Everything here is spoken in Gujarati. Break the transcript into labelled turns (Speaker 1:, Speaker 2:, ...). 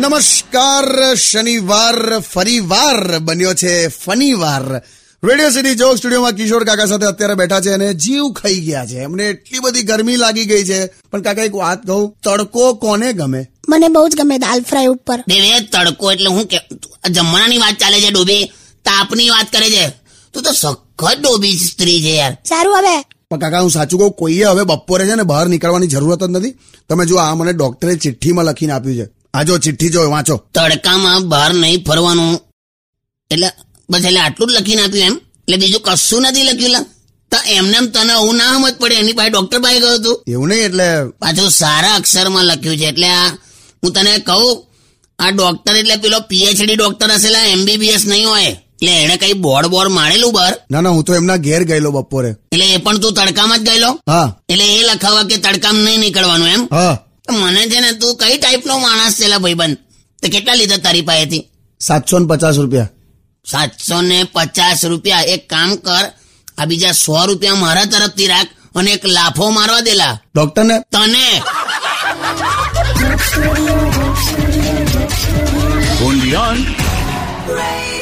Speaker 1: નમસ્કાર શનિવાર ફરીવાર બન્યો છે ફનીવાર રેડિયો સિટી જોક સ્ટુડિયોમાં કિશોર કાકા સાથે અત્યારે બેઠા છે અને જીવ ખાઈ ગયા છે એમને એટલી બધી ગરમી લાગી ગઈ છે પણ કાકા એક વાત કહું તડકો કોને ગમે
Speaker 2: મને બહુ જ ગમે દાલ ફ્રાય ઉપર
Speaker 3: દેવે તડકો એટલે હું કે આ જમવાનાની વાત ચાલે છે ડોબી તાપની વાત કરે છે તું તો સખત ડોબી સ્ત્રી છે યાર
Speaker 2: સારું હવે
Speaker 1: પણ કાકા હું સાચું કહું કોઈએ હવે બપોરે છે ને બહાર નીકળવાની જરૂરત જ નથી તમે જો આ મને ડોક્ટરે ચિઠ્ઠીમાં લખીને આપ્યું છે આ જો ચિઠ્ઠી જો વાંચો
Speaker 3: તડકામાં બહાર નહીં ફરવાનું એટલે બસ એટલે આટલું જ લખીને આપ્યું એમ એટલે બીજું કશું નથી લખ્યું લા તો એમને એમ તને આવું ના સમજ પડે એની પાસે ડોક્ટર પાસે ગયો તું
Speaker 1: એવું નહીં એટલે
Speaker 3: પાછું સારા અક્ષરમાં લખ્યું છે એટલે આ હું તને કહું આ ડોક્ટર એટલે પેલો પીએચડી ડોક્ટર હશેલા એમબીબીએસ નહીં હોય એટલે એણે કઈ બોર્ડ બોર્ડ મારેલું બહાર
Speaker 1: ના ના હું તો એમના ઘેર ગયેલો બપોરે
Speaker 3: એટલે એ પણ તું તડકામાં જ ગયેલો
Speaker 1: હા
Speaker 3: એટલે એ લખાવા કે તડકામાં નહીં નીકળવાનું એમ
Speaker 1: હા
Speaker 3: તો મને છે ને તું કઈ ટાઈપનો માણસ છે લા ભાઈબંધ તે કેટલા લીધા તારી પાસેથી
Speaker 1: સાતસો ને પચાસ રૂપિયા
Speaker 3: સાતસો ને પચાસ રૂપિયા એક કામ કર આ બીજા સો રૂપિયા મારા તરફથી રાખ અને એક લાફો મારવા દેલા
Speaker 1: ડોક્ટરને
Speaker 3: તને
Speaker 4: only on
Speaker 5: Radio